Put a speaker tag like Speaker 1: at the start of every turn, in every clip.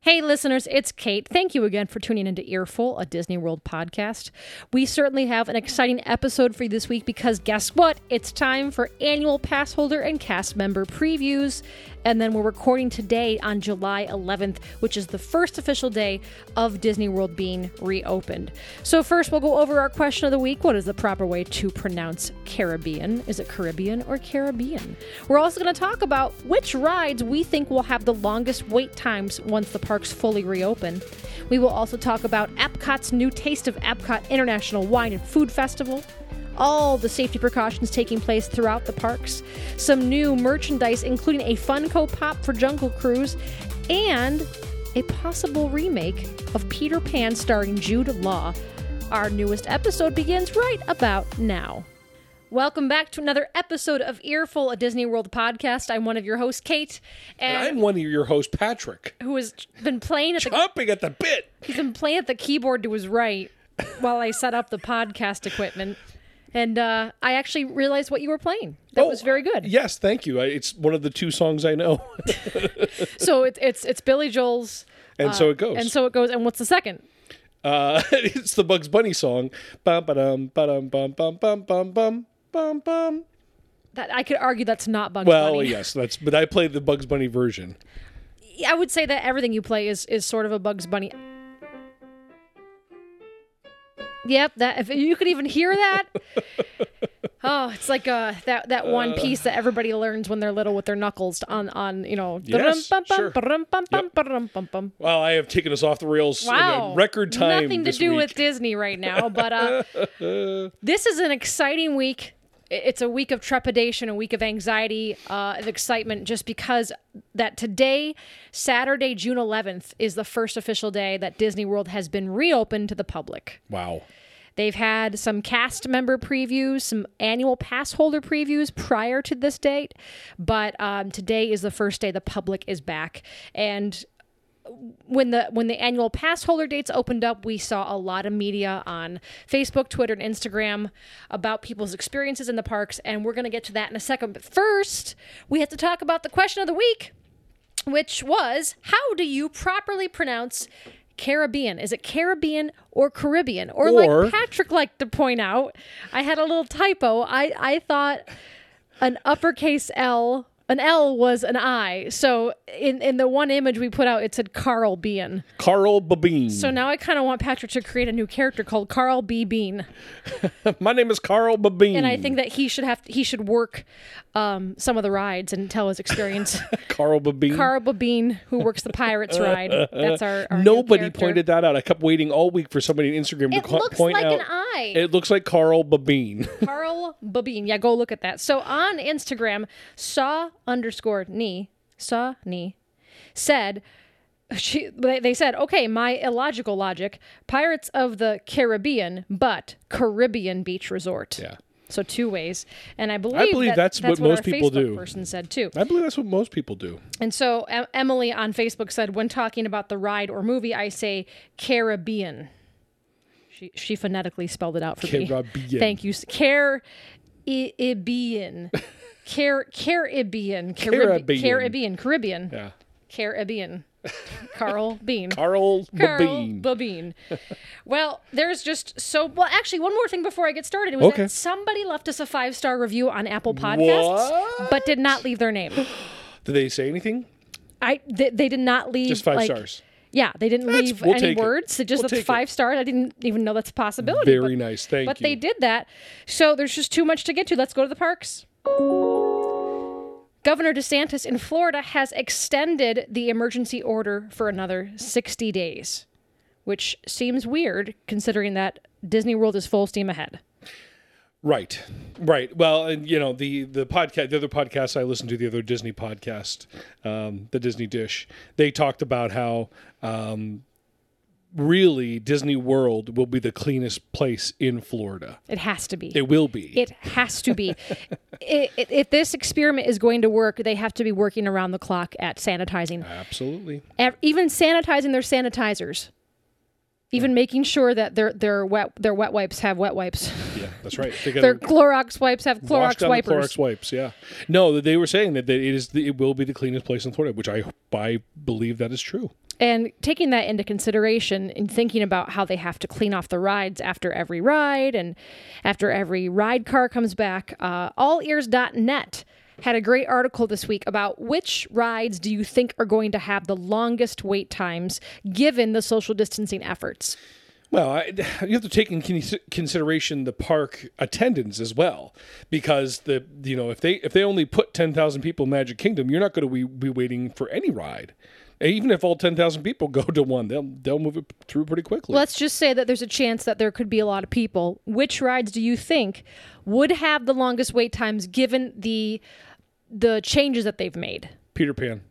Speaker 1: Hey, listeners, it's Kate. Thank you again for tuning into Earful, a Disney World podcast. We certainly have an exciting episode for you this week because guess what? It's time for annual pass holder and cast member previews. And then we're recording today on July 11th, which is the first official day of Disney World being reopened. So, first, we'll go over our question of the week What is the proper way to pronounce Caribbean? Is it Caribbean or Caribbean? We're also going to talk about which rides we think will have the longest wait times once the parks fully reopen. We will also talk about Epcot's new Taste of Epcot International Wine and Food Festival all the safety precautions taking place throughout the parks, some new merchandise, including a Funko Pop for Jungle Cruise, and a possible remake of Peter Pan starring Jude Law. Our newest episode begins right about now. Welcome back to another episode of Earful, a Disney World podcast. I'm one of your hosts, Kate,
Speaker 2: And I'm
Speaker 1: and
Speaker 2: one of your hosts, Patrick,
Speaker 1: who has been playing at the
Speaker 2: chomping at the bit.
Speaker 1: He's been playing at the keyboard to his right while I set up the podcast equipment. And uh, I actually realized what you were playing. That
Speaker 2: Oh,
Speaker 1: was very good.
Speaker 2: Yes, thank you. I, it's one of the two songs I know,
Speaker 1: So it's it's it's Billy Joel's,
Speaker 2: and so it goes.
Speaker 1: Uh, and so it goes. And what's the second?
Speaker 2: uh, it's the Bugs Bunny song. Bum ba-dum, ba-dum, bum bum bum bum bum bum bum.
Speaker 1: That I could argue that's not Bugs
Speaker 2: Well,
Speaker 1: Bunny.
Speaker 2: yes, that's. But I played the Bugs Bunny version.
Speaker 1: I would say that everything you play is is sort of a Bugs Bunny. Yep, that if you could even hear that. oh, it's like uh that that one piece that everybody learns when they're little with their knuckles on on you know.
Speaker 2: Yes,
Speaker 1: drum, bum, bum,
Speaker 2: sure.
Speaker 1: brum, bum, bum, brum, bum, bum.
Speaker 2: Well, I have taken us off the rails
Speaker 1: Wow,
Speaker 2: in a record time.
Speaker 1: Nothing to
Speaker 2: this
Speaker 1: do
Speaker 2: week.
Speaker 1: with Disney right now, but uh, this is an exciting week. I- It's a week of trepidation, a week of anxiety, uh, of excitement, just because that today, Saturday, June 11th, is the first official day that Disney World has been reopened to the public.
Speaker 2: Wow.
Speaker 1: They've had some cast member previews, some annual pass holder previews prior to this date, but um, today is the first day the public is back. And when the when the annual pass holder dates opened up, we saw a lot of media on Facebook, Twitter, and Instagram about people's experiences in the parks, and we're going to get to that in a second. But first, we have to talk about the question of the week, which was how do you properly pronounce Caribbean? Is it Caribbean or Caribbean? Or,
Speaker 2: Or-
Speaker 1: like Patrick liked to point out, I had a little typo. I I thought an uppercase L. An L was an I. So in, in the one image we put out, it said Carl Bean.
Speaker 2: Carl Babine.
Speaker 1: So now I kind of want Patrick to create a new character called Carl B. Bean,
Speaker 2: My name is Carl Babine.
Speaker 1: and I think that he should have he should work um, some of the rides and tell his experience.
Speaker 2: Carl Babine.
Speaker 1: Carl B. Bean, who works the Pirates ride, that's our, our new
Speaker 2: Nobody
Speaker 1: character.
Speaker 2: pointed that out. I kept waiting all week for somebody on Instagram
Speaker 1: It
Speaker 2: to co-
Speaker 1: looks
Speaker 2: point
Speaker 1: like
Speaker 2: out.
Speaker 1: an eye.
Speaker 2: It looks like Carl Babine.
Speaker 1: Carl Babine. Yeah, go look at that. So on Instagram, saw underscore knee, saw knee, said, she, they they said, okay, my illogical logic, Pirates of the Caribbean, but Caribbean Beach Resort.
Speaker 2: Yeah.
Speaker 1: So two ways, and I believe
Speaker 2: believe
Speaker 1: that-
Speaker 2: that's what
Speaker 1: what
Speaker 2: most
Speaker 1: our
Speaker 2: people
Speaker 1: Facebook
Speaker 2: do.
Speaker 1: Person said too.
Speaker 2: I believe that's what most people do.
Speaker 1: And so em- Emily on Facebook said, when talking about the ride or movie, I say Caribbean. She, she phonetically spelled it out for me.
Speaker 2: Caribbean.
Speaker 1: Thank you. Caribbean. Car- Caribbean. Caribbean.
Speaker 2: Caribbean.
Speaker 1: Caribbean. Caribbean.
Speaker 2: Yeah.
Speaker 1: Caribbean. Carl Bean.
Speaker 2: Carl
Speaker 1: Carl
Speaker 2: Babine.
Speaker 1: Babine. well, there's just so well. Actually, one more thing before I get started was
Speaker 2: Okay.
Speaker 1: that somebody left us a five star review on Apple Podcasts, but did not leave their name.
Speaker 2: Did they say anything?
Speaker 1: I they, they did not leave
Speaker 2: Just five
Speaker 1: like-
Speaker 2: stars.
Speaker 1: Yeah, they didn't leave
Speaker 2: we'll
Speaker 1: any
Speaker 2: take it.
Speaker 1: words. They just
Speaker 2: We'll
Speaker 1: the
Speaker 2: take it.
Speaker 1: five stars. I didn't even know that's a possibility.
Speaker 2: Very nice. Thank
Speaker 1: But
Speaker 2: you.
Speaker 1: they did that. So there's just too much to get to. Let's go to the parks. Governor DeSantis in Florida has extended the emergency order for another 60 days, which seems weird considering that Disney World is full steam ahead.
Speaker 2: Right, right. Well, and you know the the podcast, the other podcast I listened to, the other Disney podcast, um, the Disney Dish. They talked about how um, really Disney World will be the cleanest place in Florida.
Speaker 1: It has to be.
Speaker 2: It will be.
Speaker 1: It has to be. I i if this experiment is going to work, they have to be working around the clock at sanitizing.
Speaker 2: Absolutely.
Speaker 1: Ev- Even sanitizing their sanitizers. Even making sure that their their wet their wet wipes have wet wipes.
Speaker 2: Yeah, that's right. They got
Speaker 1: Their Clorox wipes have Clorox
Speaker 2: washed down the
Speaker 1: wipers.
Speaker 2: Clorox wipes. Yeah. No, that they were saying that that it is the, it will be the cleanest place in Florida, which I I believe that is true.
Speaker 1: And taking that into consideration and thinking about how they have to clean off the rides after every ride and after every ride car comes back, uh, allears.net had a great article this week about which rides do you think are going to have the longest wait times given the social distancing efforts.
Speaker 2: Well, I, you have to take in con- consideration the park attendance as well, because the you know if they if they only put ten thousand people in Magic Kingdom, you're not going to be, be waiting for any ride, even if all ten thousand people go to one, they'll they'll move it through pretty quickly.
Speaker 1: Let's just say that there's a chance that there could be a lot of people. Which rides do you think would have the longest wait times given the the changes that they've made?
Speaker 2: Peter Pan,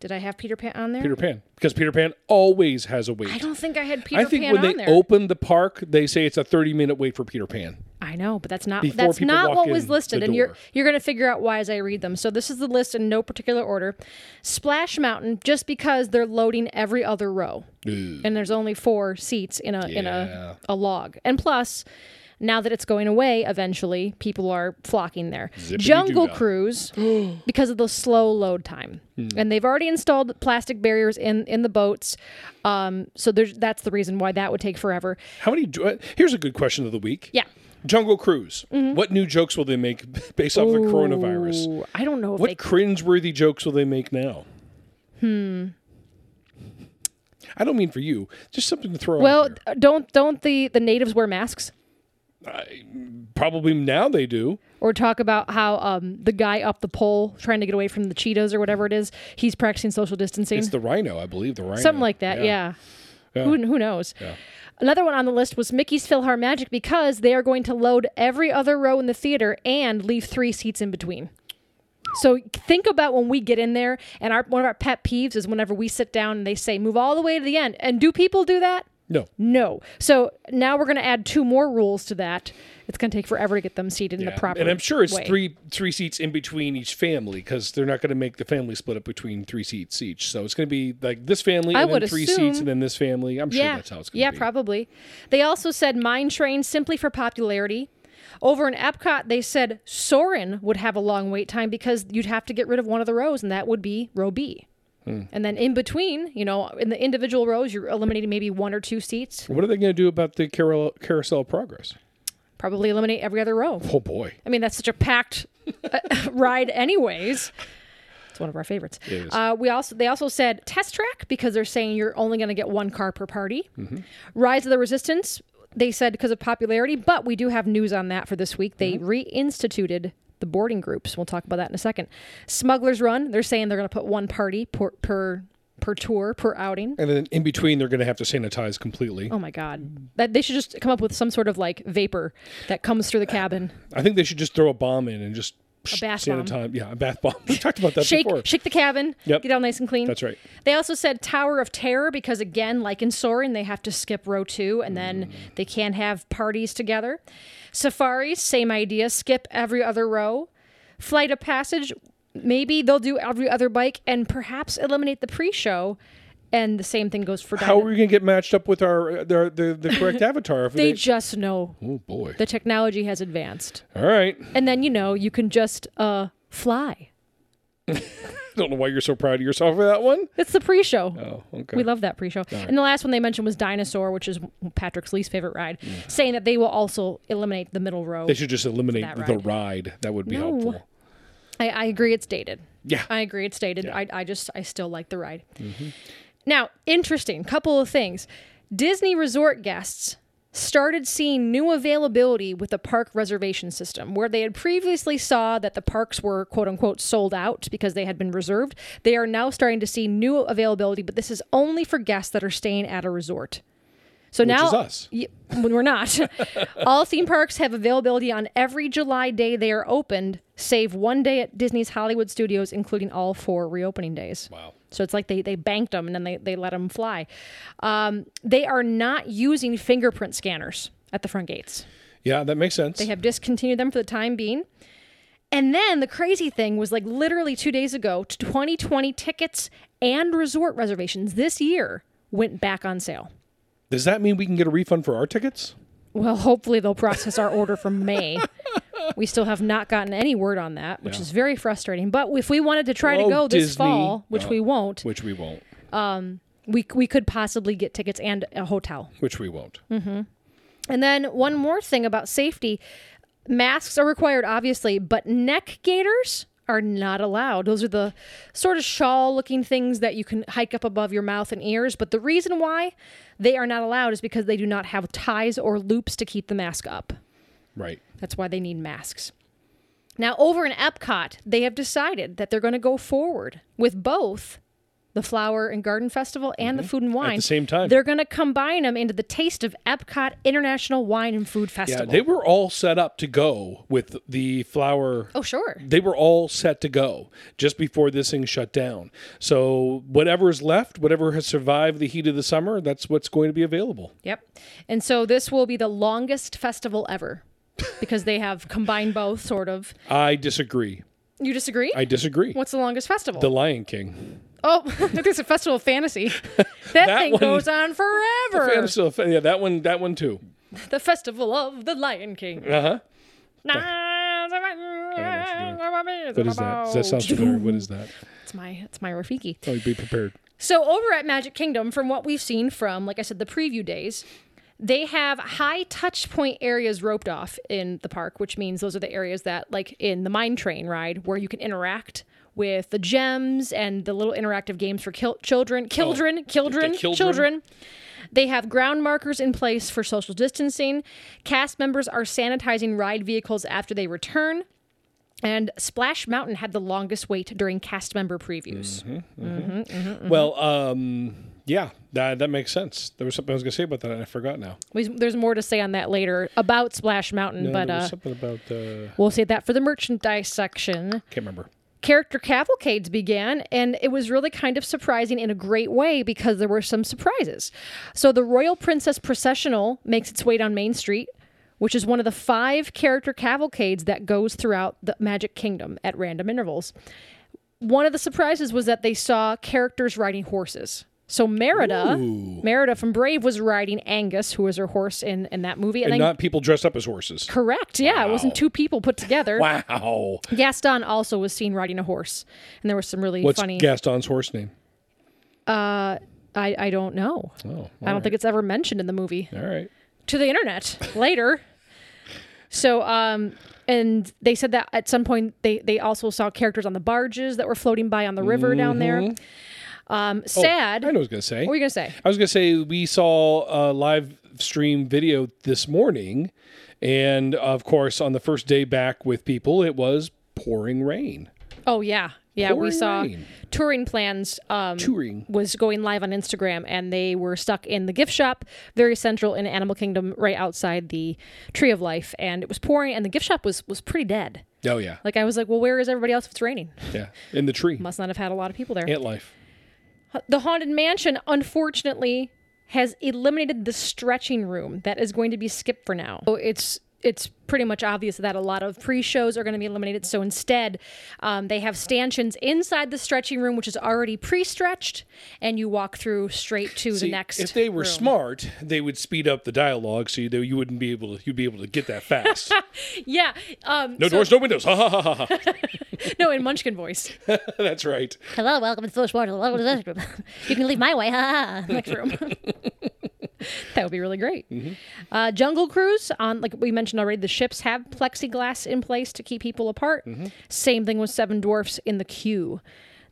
Speaker 1: Did I have Peter Pan on there?
Speaker 2: Peter Pan, because Peter Pan always has a wait.
Speaker 1: I don't think I had Peter
Speaker 2: I think
Speaker 1: Pan
Speaker 2: when
Speaker 1: on
Speaker 2: they
Speaker 1: there.
Speaker 2: open the park, they say it's a thirty minute wait for Peter Pan.
Speaker 1: I know, but that's not
Speaker 2: Before
Speaker 1: that's
Speaker 2: people
Speaker 1: not
Speaker 2: walk
Speaker 1: what was
Speaker 2: in
Speaker 1: listed,
Speaker 2: the
Speaker 1: and you're
Speaker 2: door.
Speaker 1: you're gonna figure out why as I read them. So this is the list in no particular order. Splash Mountain, just because they're loading every other row, and there's only four seats in a in
Speaker 2: Yeah.
Speaker 1: a a log, and plus. Now that it's going away, eventually people are flocking there. Jungle
Speaker 2: doo-dah. Hmm.
Speaker 1: Cruise, because of the slow load time, and they've already installed plastic barriers in in the boats, um, so there's that's the reason why that would take forever.
Speaker 2: How many? dr- Here's a good question of the week.
Speaker 1: Yeah. Mm-hmm.
Speaker 2: Jungle Cruise. What new jokes will they make based off the coronavirus?
Speaker 1: Ooh, I don't know if they
Speaker 2: What cringe-worthy jokes will they make now? Hmm. I don't mean for you. Just something to throw.
Speaker 1: Well,
Speaker 2: out there.
Speaker 1: uh, don't don't the the natives wear masks
Speaker 2: probably now they do.
Speaker 1: or talk about how um, the guy up the pole trying to get away from the cheetahs or whatever it is, he's practicing social distancing,
Speaker 2: It's the rhino, I believe. The rhino.
Speaker 1: something like that. Yeah.
Speaker 2: Yeah.
Speaker 1: Who, who knows? Another one on the list was Mickey's Philhar Magic because they are going to load every other row in the theater and leave three seats in between. So think about when we get in there, and our one of our pet peeves is whenever we sit down and they say move all the way to the end. And do people do that?
Speaker 2: No.
Speaker 1: No. So now we're going to add two more rules to that. It's going to take forever to get them seated in the proper.
Speaker 2: and I'm sure it's
Speaker 1: way.
Speaker 2: three three seats in between each family because they're not going to make the family split up between three seats each. So it's going to be like this family
Speaker 1: I
Speaker 2: and then
Speaker 1: would
Speaker 2: three
Speaker 1: assume-
Speaker 2: seats and then this family. I'm sure that's how it's going to
Speaker 1: yeah,
Speaker 2: be.
Speaker 1: probably. They also said Mine Train simply for popularity. Over in Epcot, they said Soren would have a long wait time because you'd have to get rid of one of the rows, and that would be row B.
Speaker 2: Hmm.
Speaker 1: And then in between, you know, in the individual rows, you're eliminating maybe one or two seats.
Speaker 2: What are they going to do about the carol- carousel of progress?
Speaker 1: Probably eliminate every other row.
Speaker 2: Oh boy.
Speaker 1: I mean, that's such a packed uh, ride, anyways. It's one of our favorites.
Speaker 2: It is.
Speaker 1: Uh, we also they also said test track because they're saying you're only going to get one car per party.
Speaker 2: Mm-hmm.
Speaker 1: Rise of the Resistance they said because of popularity, but we do have news on that for this week. They
Speaker 2: Mm-hmm.
Speaker 1: reinstituted the boarding groups. We'll talk about that in a second. Smugglers Run they're saying they're going to put one party per per, per tour per outing.
Speaker 2: And then in between, they're going to have to sanitize completely.
Speaker 1: Oh my god! That they should just come up with some sort of like vapor that comes through the cabin.
Speaker 2: I think they should just throw a bomb in and just psh,
Speaker 1: bath
Speaker 2: sanitize. Yeah, a bath bomb. We talked about that
Speaker 1: shake
Speaker 2: before.
Speaker 1: shake the cabin
Speaker 2: Yep.
Speaker 1: get all nice and clean
Speaker 2: That's right.
Speaker 1: they also said tower of terror because again like in soren they have to skip row two and then they can't have parties together safari same idea skip every other row flight of passage maybe they'll do every other bike and perhaps eliminate the pre-show and the same thing goes for
Speaker 2: How are
Speaker 1: Dino.
Speaker 2: we going to get matched up with our the the, the correct avatar? If
Speaker 1: they just know
Speaker 2: oh boy.
Speaker 1: the technology has advanced
Speaker 2: All right.
Speaker 1: and then you know you can just uh fly
Speaker 2: Don't know why you're so proud of yourself for that one.
Speaker 1: it's the pre-show
Speaker 2: Oh, okay.
Speaker 1: We love that pre-show. And the last one they mentioned was Dinosaur, which is Patrick's least favorite ride, saying that they will also eliminate the middle row.
Speaker 2: they should just eliminate
Speaker 1: That ride.
Speaker 2: the ride. That would be
Speaker 1: No.
Speaker 2: helpful.
Speaker 1: I, I agree it's dated.
Speaker 2: Yeah. Mm-hmm.
Speaker 1: I agree it's dated. I, I just, I still like the ride. Now, interesting, couple of things. Disney resort guests started seeing new availability with the park reservation system where they had previously saw that the parks were quote unquote sold out because they had been reserved they are now starting to see new availability but this is only for guests that are staying at a resort so now
Speaker 2: is us.
Speaker 1: Y- when we're not. All theme parks have availability on every July day they are opened, save one day at Disney's Hollywood Studios, including all four reopening days.
Speaker 2: Wow.
Speaker 1: So it's like they, they banked them and then they, they let them fly. Um, they are not using fingerprint scanners at the front gates.
Speaker 2: Yeah, that makes sense.
Speaker 1: They have discontinued them for the time being. And then the crazy thing was like literally two days ago, 2020 tickets and resort reservations this year went back on sale.
Speaker 2: Does that mean we can get a refund for our tickets?
Speaker 1: Well, hopefully they'll process our order from May. We still have not gotten any word on that, which
Speaker 2: Yeah.
Speaker 1: is very frustrating. But if we wanted to try
Speaker 2: Oh,
Speaker 1: to go this
Speaker 2: Disney.
Speaker 1: fall, which
Speaker 2: No.
Speaker 1: we won't,
Speaker 2: Which we won't.
Speaker 1: we we could possibly get tickets and a hotel.
Speaker 2: Which we won't.
Speaker 1: Hmm. And then one more thing about safety. Masks are required obviously, but neck gaiters are not allowed. Those are the sort of shawl looking things that you can hike up above your mouth and ears, but the reason why they are not allowed is because they do not have ties or loops to keep the mask up.
Speaker 2: Right.
Speaker 1: That's why they need masks. Now, over in Epcot, they have decided that they're going to go forward with both the Flower and Garden Festival and the Food and Wine.
Speaker 2: Mm-hmm. same time.
Speaker 1: They're going to combine them into the Taste of Epcot International Wine and Food
Speaker 2: Yeah,
Speaker 1: Festival.
Speaker 2: they were all set up to go with the flower.
Speaker 1: oh, sure.
Speaker 2: They were all set to go just before this thing shut down. So whatever is left, whatever has survived the heat of the summer, that's what's going to be available.
Speaker 1: Yep. And so this will be the longest festival ever because they have combined both, sort of.
Speaker 2: I disagree.
Speaker 1: You disagree?
Speaker 2: I disagree.
Speaker 1: What's the longest festival?
Speaker 2: The Lion King.
Speaker 1: oh, there's a festival of fantasy. That, thing
Speaker 2: one-
Speaker 1: goes on forever.
Speaker 2: Fantasy- Yeah, that one. That one too.
Speaker 1: The Festival of the Lion King.
Speaker 2: Uh huh. What
Speaker 1: What
Speaker 2: is that? Does that sound familiar? What is that?
Speaker 1: It's my it's my Rafiki.
Speaker 2: Oh, be prepared.
Speaker 1: So over at Magic Kingdom, from what we've seen from, like I said, the preview days, they have high touch point areas roped off in the park, which means those are the areas that, like in the Mine Train ride, where you can interact with the gems and the little interactive games for kil- children, children, children,
Speaker 2: children.
Speaker 1: children. They have ground markers in place for social distancing. Cast members are sanitizing ride vehicles after they return. And Splash Mountain had the longest wait during cast member previews.
Speaker 2: Mm-hmm. Well, um, yeah, that that makes sense. There was something I was going to say about that, and I forgot now.
Speaker 1: We, there's more to say on that later about Splash Mountain, but
Speaker 2: there was
Speaker 1: uh,
Speaker 2: something about uh,
Speaker 1: we'll save that for the merchandise section.
Speaker 2: can't remember.
Speaker 1: Character cavalcades began, and it was really kind of surprising in a great way because there were some surprises. So the Royal Princess Processional makes its way down Main Street, which is one of the five character cavalcades that goes throughout the Magic Kingdom at random intervals. One of the surprises was that they saw characters riding horses. So Merida, Merida from Brave was riding Angus, who was her horse in, in that movie.
Speaker 2: And
Speaker 1: then
Speaker 2: not people dressed up as horses.
Speaker 1: Correct. Yeah, it wasn't
Speaker 2: Wow.
Speaker 1: two people put together.
Speaker 2: Wow.
Speaker 1: Gaston also was seen riding a horse, and there was some really
Speaker 2: What's
Speaker 1: funny.
Speaker 2: Gaston's horse name?
Speaker 1: I I don't know.
Speaker 2: Oh, all
Speaker 1: I don't think it's ever mentioned in the movie.
Speaker 2: All right.
Speaker 1: To the internet later. So um, and they said that at some point they they also saw characters on the barges that were floating by on the river down there. Um, sad.
Speaker 2: Mm-hmm. Oh, I know what I was going to say.
Speaker 1: what were you gonna say?
Speaker 2: I was going to say we saw a live stream video this morning. And of course, on the first day back with people, it was pouring rain.
Speaker 1: Oh yeah, yeah. we
Speaker 2: Pouring
Speaker 1: saw
Speaker 2: rain.
Speaker 1: touring plans. Um,
Speaker 2: Touring.
Speaker 1: was going live on Instagram, and they were stuck in the gift shop, very central in Animal Kingdom, right outside the Tree of Life, and it was pouring, and the gift shop was was pretty dead.
Speaker 2: Oh, yeah.
Speaker 1: Like I was like, well, where is everybody else if it's raining?
Speaker 2: Yeah. In the tree.
Speaker 1: Must not have had a lot of people there.
Speaker 2: Ant life.
Speaker 1: The Haunted Mansion, unfortunately, has eliminated the stretching room. That is going to be skipped for now. So it's it's pretty much obvious that a lot of pre-shows are going to be eliminated. So instead, um, they have stanchions inside the stretching room, which is already pre-stretched, and you walk through straight to the
Speaker 2: See,
Speaker 1: next.
Speaker 2: If they were
Speaker 1: room.
Speaker 2: smart, they would speed up the dialogue so you, you wouldn't be able to you'd be able to get that fast.
Speaker 1: yeah, um,
Speaker 2: No doors, no windows. Ha ha ha ha.
Speaker 1: no, in Munchkin voice.
Speaker 2: That's right.
Speaker 1: Hello, welcome to Foolish Mortal. Welcome to this room. you can leave my way. Ha! Next room. that would be really great. Uh, Jungle Cruise, on like we mentioned already, the ships have plexiglass in place to keep people apart. Same thing with Seven Dwarfs in the queue.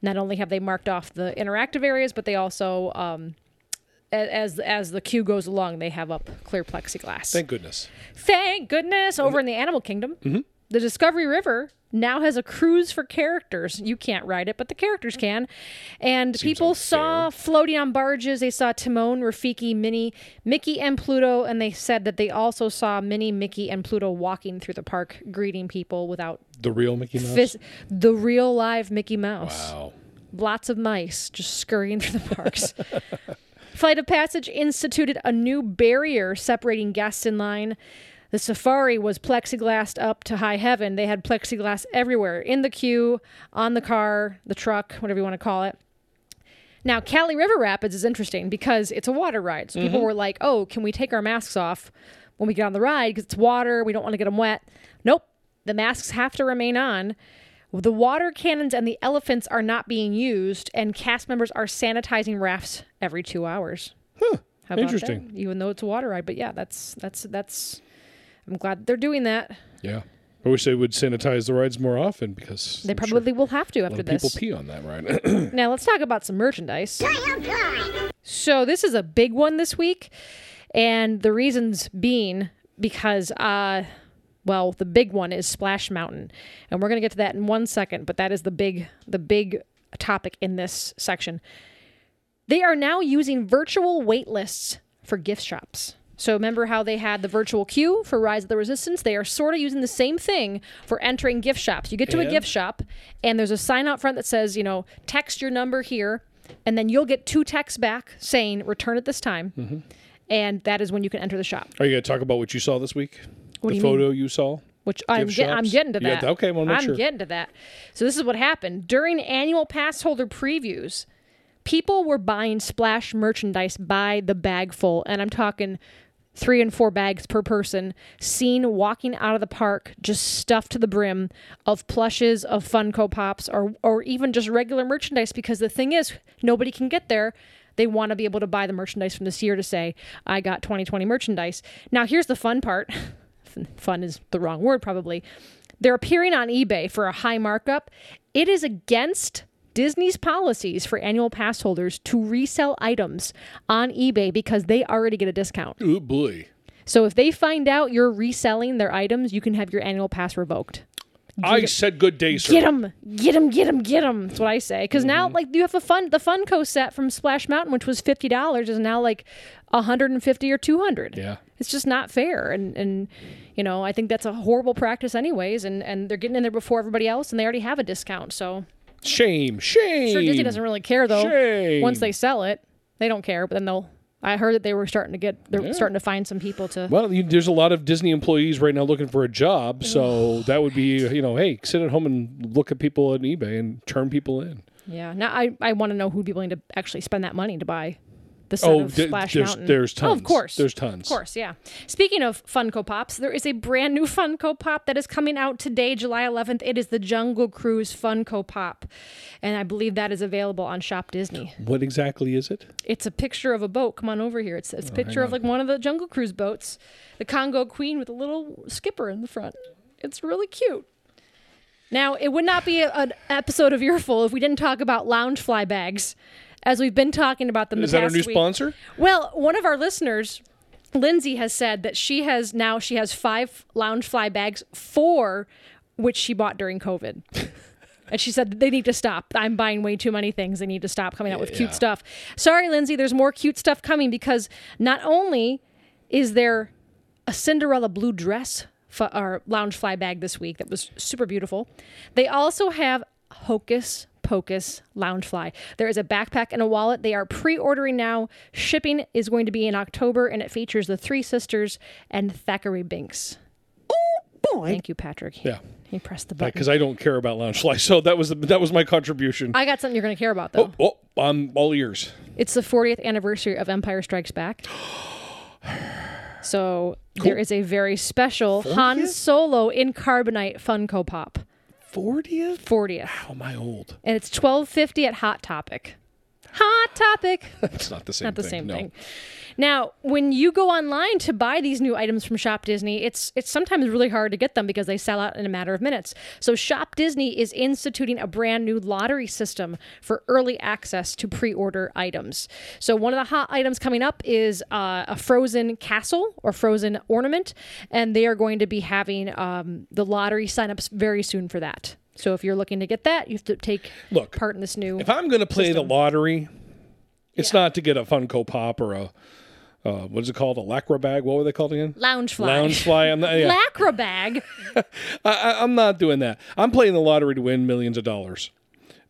Speaker 1: Not only have they marked off the interactive areas, but they also, um, a- as as the queue goes along, they have up clear plexiglass.
Speaker 2: Thank goodness.
Speaker 1: Thank goodness. Over in the Animal Kingdom, the Discovery River now has a cruise for characters. You can't ride it, but the characters can. And people saw floating on barges. They saw Timon, Rafiki, Minnie, Mickey, and Pluto. And they said that they also saw Minnie, Mickey, and Pluto walking through the park, greeting people without
Speaker 2: The real Mickey Mouse.
Speaker 1: fist. The real live Mickey Mouse
Speaker 2: Wow.
Speaker 1: lots of mice just scurrying through the parks. Flight of Passage instituted a new barrier separating guests in line. The safari was plexiglassed up to high heaven. They had plexiglass everywhere in the queue, on the car, the truck, whatever you want to call it. Now, Cali River Rapids is interesting because it's a water ride. So
Speaker 2: Mm-hmm.
Speaker 1: people were like, oh, can we take our masks off when we get on the ride? Because it's water. We don't want to get them wet. Nope. The masks have to remain on. The water cannons and the elephants are not being used, and cast members are sanitizing rafts every two hours. How about
Speaker 2: Interesting.
Speaker 1: That? Even though it's a water ride, but yeah, that's that's that's. I'm glad they're doing that.
Speaker 2: Yeah. I wish they would sanitize the rides more often because
Speaker 1: They
Speaker 2: I'm sure
Speaker 1: probably will have to
Speaker 2: a
Speaker 1: after
Speaker 2: lot of people
Speaker 1: this.
Speaker 2: pee on that ride.
Speaker 1: Now let's talk about some merchandise. So this is a big one this week, and the reasons being because uh well, the big one is Splash Mountain. And we're going to get to that in one second, but that is the big the big topic in this section. They are now using virtual wait lists for gift shops. So remember how they had the virtual queue for Rise of the Resistance? They are sort of using the same thing for entering gift shops. You get to a
Speaker 2: And?
Speaker 1: gift shop and there's a sign out front that says, you know, text your number here and then you'll get two texts back saying return at this time.
Speaker 2: Mm-hmm.
Speaker 1: And that is when you can enter the shop.
Speaker 2: Are you going to talk about what you saw this week?
Speaker 1: What
Speaker 2: the
Speaker 1: do you mean?
Speaker 2: photo you saw?
Speaker 1: Which I'm,
Speaker 2: Gift
Speaker 1: get, I'm
Speaker 2: shops?
Speaker 1: getting to
Speaker 2: You got
Speaker 1: that.
Speaker 2: that? Okay, I wanna make
Speaker 1: I'm
Speaker 2: sure.
Speaker 1: getting to that. So this is what happened during annual pass holder previews. People were buying splash merchandise by the bag full, and I'm talking three and four bags per person. Seen walking out of the park, just stuffed to the brim of plushes, of Funko Pops, or or even just regular merchandise. Because the thing is, nobody can get there. They want to be able to buy the merchandise from this year to say, I got 2020 merchandise. Now, here's the fun part. fun is the wrong word, probably. They're appearing on eBay for a high markup. It is against Disney's policies for annual pass holders to resell items on eBay because they already get a discount.
Speaker 2: Ooh, boy.
Speaker 1: So if they find out you're reselling their items, you can have your annual pass revoked.
Speaker 2: I said good day, sir.
Speaker 1: Get them, get them, get them, get them. That's what I say. Because now, like, you have the fun, the Funko set from Splash Mountain, which was fifty dollars, is now like hundred and fifty or two hundred.
Speaker 2: Yeah.
Speaker 1: it's just not fair, and and you know, I think that's a horrible practice, anyways. And and they're getting in there before everybody else, and they already have a discount. So
Speaker 2: Shame. Shame.
Speaker 1: sure, Disney doesn't really care though.
Speaker 2: Shame.
Speaker 1: Once they sell it, they don't care. But then they'll. I heard that they were starting to get, they're
Speaker 2: Yeah.
Speaker 1: starting to find some people to.
Speaker 2: Well, you, there's a lot of Disney employees right now looking for a job, so that would be, you know, hey, sit at home and look at people on eBay and turn people in.
Speaker 1: Yeah. Now I, I want to know who'd be willing to actually spend that money to buy the set
Speaker 2: Oh,
Speaker 1: of
Speaker 2: th-
Speaker 1: Splash
Speaker 2: there's
Speaker 1: Mountain.
Speaker 2: there's tons.
Speaker 1: Oh, of course.
Speaker 2: there's tons.
Speaker 1: Of course, yeah. Speaking of Funko Pops, there is a brand new Funko Pop that is coming out today, July 11th. It is the Jungle Cruise Funko Pop, and I believe that is available on Shop Disney.
Speaker 2: What exactly is it?
Speaker 1: It's a picture of a boat. Come on over here. It's,
Speaker 2: Oh,
Speaker 1: it's a picture of like one of the Jungle Cruise boats, the Congo Queen with a little skipper in the front. It's really cute. Now, it would not be a, an episode of Earful if we didn't talk about lounge fly bags, as we've been talking about them.
Speaker 2: Is
Speaker 1: the
Speaker 2: that our
Speaker 1: past
Speaker 2: new
Speaker 1: week.
Speaker 2: sponsor?
Speaker 1: Well, one of our listeners, Lindsay, has said that she has now she has five lounge fly bags, four which she bought during COVID. And she said they need to stop. I'm buying way too many things. They need to stop coming out with cute
Speaker 2: Yeah.
Speaker 1: stuff. Sorry, Lindsay, there's more cute stuff coming because not only is there a Cinderella blue dress f- or lounge fly bag this week that was super beautiful. They also have Hocus Pocus lounge fly. There is a backpack and a wallet. They are pre-ordering now. Shipping is going to be in October, and it features the Three Sisters and Thackeray Binks. Oh boy! Thank you, Patrick.
Speaker 2: Yeah.
Speaker 1: he pressed the button.
Speaker 2: Because I don't care about lounge fly, so that was the, that was my contribution.
Speaker 1: I got something you're going to care about though.
Speaker 2: oh, I'm all ears.
Speaker 1: It's the 40th anniversary of Empire Strikes Back. So there is a very special Han
Speaker 2: 40th?
Speaker 1: Solo in carbonite Funko Pop.
Speaker 2: 40th?
Speaker 1: 40th.
Speaker 2: How am I old?
Speaker 1: and it's 1250 at hot topic hot topic
Speaker 2: It's not the same.
Speaker 1: not the
Speaker 2: thing.
Speaker 1: same
Speaker 2: no.
Speaker 1: thing now when you go online to buy these new items from shop disney it's it's sometimes really hard to get them because they sell out in a matter of minutes so shop disney is instituting a brand new lottery system for early access to pre-order items so one of the hot items coming up is uh, a frozen castle or frozen ornament and they are going to be having um, the lottery signups very soon for that so if you're looking to get that you have to take
Speaker 2: Look,
Speaker 1: part in this new
Speaker 2: If I'm going to play the lottery, it's not to get a Funko Pop or a uh, what is it called? A lacra bag? What were they called again?
Speaker 1: lounge fly.
Speaker 2: Lounge fly. I'm not, yeah,
Speaker 1: Lacra bag.
Speaker 2: I, I, I'm not doing that. I'm playing the lottery to win millions of dollars.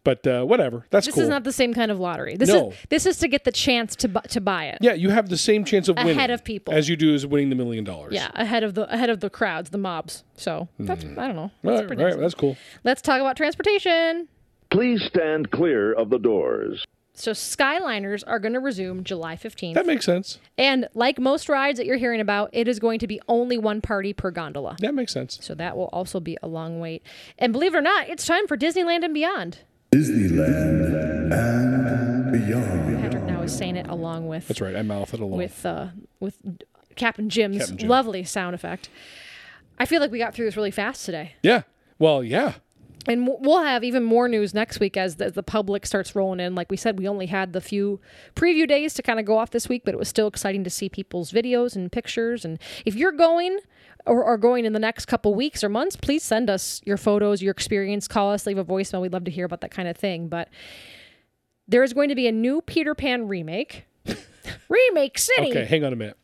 Speaker 2: But uh, whatever. That's
Speaker 1: This
Speaker 2: cool.
Speaker 1: is not the same kind of lottery. This
Speaker 2: No.
Speaker 1: is this is to get the chance to bu- to buy it.
Speaker 2: yeah, you have the same chance of winning
Speaker 1: Ahead of people.
Speaker 2: as you do as winning the million dollars.
Speaker 1: Yeah, ahead of the ahead of the crowds, the mobs. So that's I don't know.
Speaker 2: Hmm. All
Speaker 1: That's
Speaker 2: right,
Speaker 1: pretty
Speaker 2: all
Speaker 1: nice.
Speaker 2: right, that's cool.
Speaker 1: Let's talk about transportation.
Speaker 3: Please stand clear of the doors.
Speaker 1: So Skyliners are going to resume July 15th.
Speaker 2: That makes sense.
Speaker 1: And like most rides that you're hearing about, it is going to be only one party per gondola.
Speaker 2: That makes sense.
Speaker 1: So that will also be a long wait. And believe it or not, it's time for Disneyland and beyond.
Speaker 3: Disneyland and beyond.
Speaker 1: Patrick now is saying it along with
Speaker 2: That's right. I mouth it along.
Speaker 1: with uh, with Captain Jim's
Speaker 2: Captain Jim.
Speaker 1: lovely sound effect. I feel like we got through this really fast today,
Speaker 2: yeah. Well, yeah.
Speaker 1: and w- we'll have even more news next week as the, the public starts rolling in. Like we said, we only had the few preview days to kind of go off this week, but it was still exciting to see people's videos and pictures. And if you're going or are going in the next couple weeks or months, please send us your photos, your experience. Call us, leave a voicemail. We'd love to hear about that kind of thing. But there is going to be a new Peter Pan remake. remake City.
Speaker 2: Okay, hang on a minute.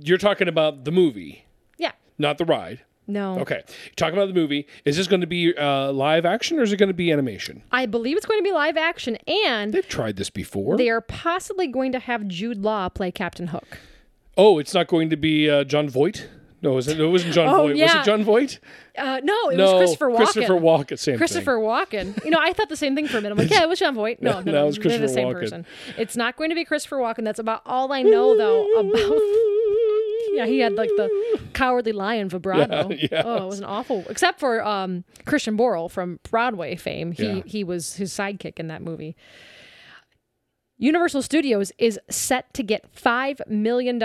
Speaker 2: You're talking about the movie,
Speaker 1: Yeah.
Speaker 2: not the ride.
Speaker 1: No.
Speaker 2: Okay. You're talking about the movie. Is this going to be uh, live action or is it going to be animation?
Speaker 1: I believe it's going to be live action, and
Speaker 2: They've tried this before.
Speaker 1: they are possibly going to have Jude Law play Captain Hook.
Speaker 2: oh, it's not going to be uh, John Voight? No, is it, it wasn't John
Speaker 1: Oh,
Speaker 2: Voight. Was
Speaker 1: yeah.
Speaker 2: it John Voight?
Speaker 1: Uh, no, it
Speaker 2: no,
Speaker 1: was Christopher Walken.
Speaker 2: Christopher Walken. Same
Speaker 1: Christopher Walken. You know, I thought the same thing for a minute. I'm like, yeah, it was John Voight. No, no,
Speaker 2: No,
Speaker 1: no,
Speaker 2: it was
Speaker 1: they're the
Speaker 2: Christopher
Speaker 1: same
Speaker 2: Walken.
Speaker 1: person. It's not going to be Christopher Walken. That's about all I know, though, about. Yeah, he had like the cowardly lion vibrato.
Speaker 2: Yeah, yes.
Speaker 1: Oh, it was an awful. Except for um, Christian Borle from Broadway fame, he
Speaker 2: Yeah.
Speaker 1: he was his sidekick in that movie. Universal Studios is set to get $5 million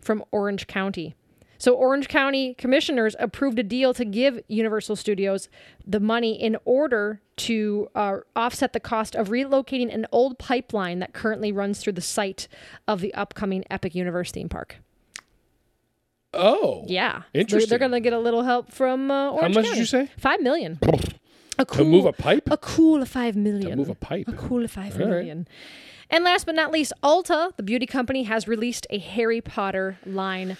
Speaker 1: from Orange County. So, Orange County commissioners approved a deal to give Universal Studios the money in order to uh, offset the cost of relocating an old pipeline that currently runs through the site of the upcoming Epic Universe theme park.
Speaker 2: Thing. Oh.
Speaker 1: Yeah.
Speaker 2: Interesting.
Speaker 1: They're, going to get a little help from uh, Orange
Speaker 2: much did
Speaker 1: County.
Speaker 2: you say?
Speaker 1: Five million. A cool,
Speaker 2: move a pipe?
Speaker 1: A cool five million.
Speaker 2: move a pipe.
Speaker 1: A cool five
Speaker 2: right.
Speaker 1: million. And last but not least, Ulta, the beauty company, has released a Harry Potter line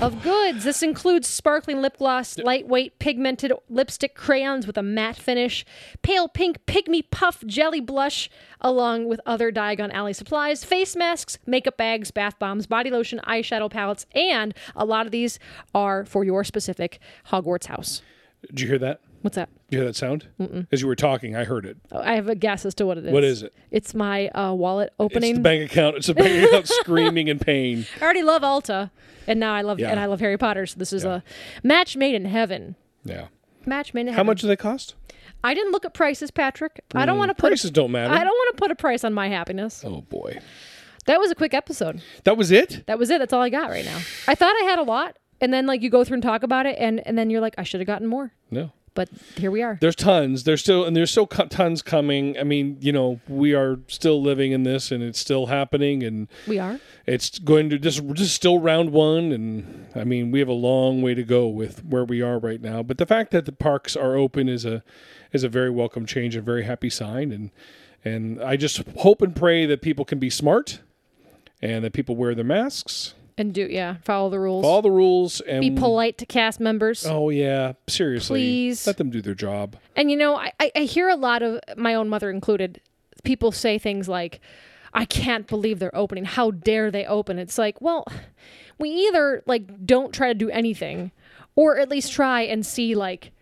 Speaker 1: of goods. This includes sparkling lip gloss, lightweight pigmented lipstick crayons with a matte finish, pale pink pygmy puff jelly blush, along with other Diagon Alley supplies, face masks, makeup bags, bath bombs, body lotion, eyeshadow palettes, and a lot of these are for your specific Hogwarts house.
Speaker 2: Did you hear that?
Speaker 1: What's that? Oh,
Speaker 2: Did you hear that sound? As you were talking, I heard it.
Speaker 1: I have a guess as to what it is.
Speaker 2: What is it?
Speaker 1: It's my uh, wallet
Speaker 2: It's the
Speaker 1: opening.
Speaker 2: bank account. It's the bank account screaming in pain.
Speaker 1: I already love Alta, and now I love
Speaker 2: Yeah.
Speaker 1: and I love Harry Potter. So this is
Speaker 2: Yeah.
Speaker 1: a match made in heaven.
Speaker 2: Yeah.
Speaker 1: Match made in heaven.
Speaker 2: How much do they cost?
Speaker 1: I didn't look at prices, Patrick. I don't want to put.
Speaker 2: Prices don't matter.
Speaker 1: I don't want to put a price on my happiness.
Speaker 2: Oh boy.
Speaker 1: That was a quick episode.
Speaker 2: That was it?
Speaker 1: That was it. That's all I got right now. I thought I had a lot, and then like you go through and talk about it, and and then you're like, I should have gotten more,
Speaker 2: No.
Speaker 1: but here we are.
Speaker 2: There's tons. There's still and there's still co- tons coming. I mean, you know, we are still living in this, and it's still happening, and
Speaker 1: We are.
Speaker 2: it's going to just just still round one. And I mean, we have a long way to go with where we are right now. But the fact that the parks are open is a is a very welcome change, a very happy sign, and and I just hope and pray that people can be smart, and that people wear their masks,
Speaker 1: And do yeah, follow the rules.
Speaker 2: all the rules, and
Speaker 1: Be polite to cast members.
Speaker 2: Oh yeah, seriously,
Speaker 1: Please.
Speaker 2: let them do their job.
Speaker 1: And you know, I, I I hear a lot of my own mother included, people say things like, I can't believe they're opening. How dare they open? It's like, well, we either like don't try to do anything or at least try and see like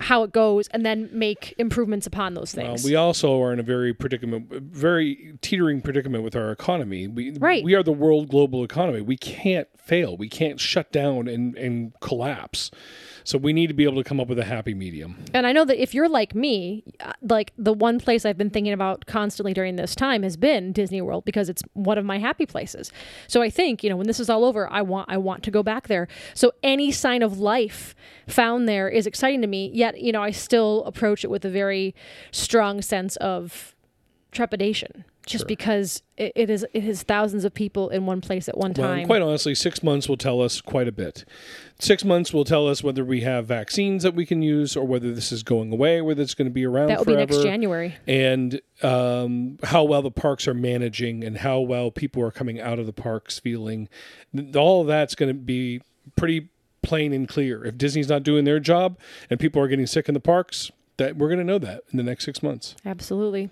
Speaker 1: how it goes and then make improvements upon those
Speaker 2: Uh,
Speaker 1: things.
Speaker 2: we also are in a very predicament, very teetering predicament with our economy. We,
Speaker 1: Right.
Speaker 2: we are the world global economy. We can't fail. We can't shut down and, and collapse. So we need to be able to come up with a happy medium.
Speaker 1: and I know that if you're like me, uh, like the one place I've been thinking about constantly during this time has been Disney World because it's one of my happy places. So I think, you know, when this is all over, I want I want to go back there. So any sign of life found there is exciting to me, yet, you know, I still approach it with a very strong sense of trepidation just because it, it is it is thousands of people in one place at one
Speaker 2: Well,
Speaker 1: time.
Speaker 2: and quite honestly, six months will tell us quite a bit. Six months will tell us whether we have vaccines that we can use or whether this is going away, whether it's going to be around
Speaker 1: that will be
Speaker 2: forever.
Speaker 1: next January.
Speaker 2: and um, how well the parks are managing and how well people are coming out of the parks feeling. Th- All of that's going to be pretty plain and clear. If Disney's not doing their job and people are getting sick in the parks, that we're going to know that in the next six months.
Speaker 1: Absolutely.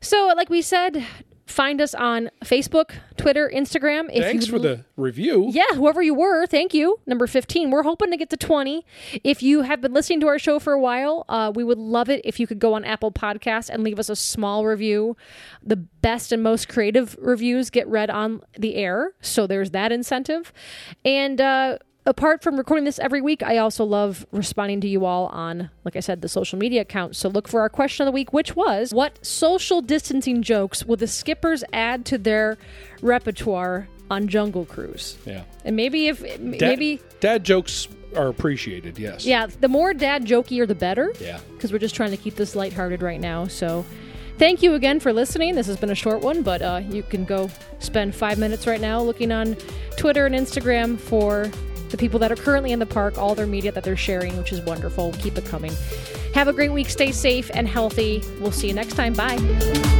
Speaker 1: So, like we said, Find us on Facebook, Twitter, Instagram. If
Speaker 2: Thanks
Speaker 1: you
Speaker 2: for the review.
Speaker 1: yeah, whoever you were, thank you. Number 15. We're hoping to get to 20. If you have been listening to our show for a while, uh, we would love it if you could go on Apple Podcasts and leave us a small review. The best and most creative reviews get read on the air, so there's that incentive. And uh, apart from recording this every week, I also love responding to you all on, like I said, the social media accounts. So look for our question of the week, which was what social distancing jokes will the skippers add to their repertoire on Jungle Cruise?
Speaker 2: Yeah.
Speaker 1: And maybe if m-
Speaker 2: Dad-
Speaker 1: maybe
Speaker 2: dad jokes are appreciated. Yes.
Speaker 1: yeah, the more dad jokey the better.
Speaker 2: Yeah.
Speaker 1: Because we're just trying to keep this lighthearted right now. So thank you again for listening. This has been a short one, but uh, you can go spend five minutes right now looking on Twitter and Instagram for the people that are currently in the park, all their media that they're sharing, which is wonderful. Keep it coming. Have a great week. Stay safe and healthy. We'll see you next time. Bye.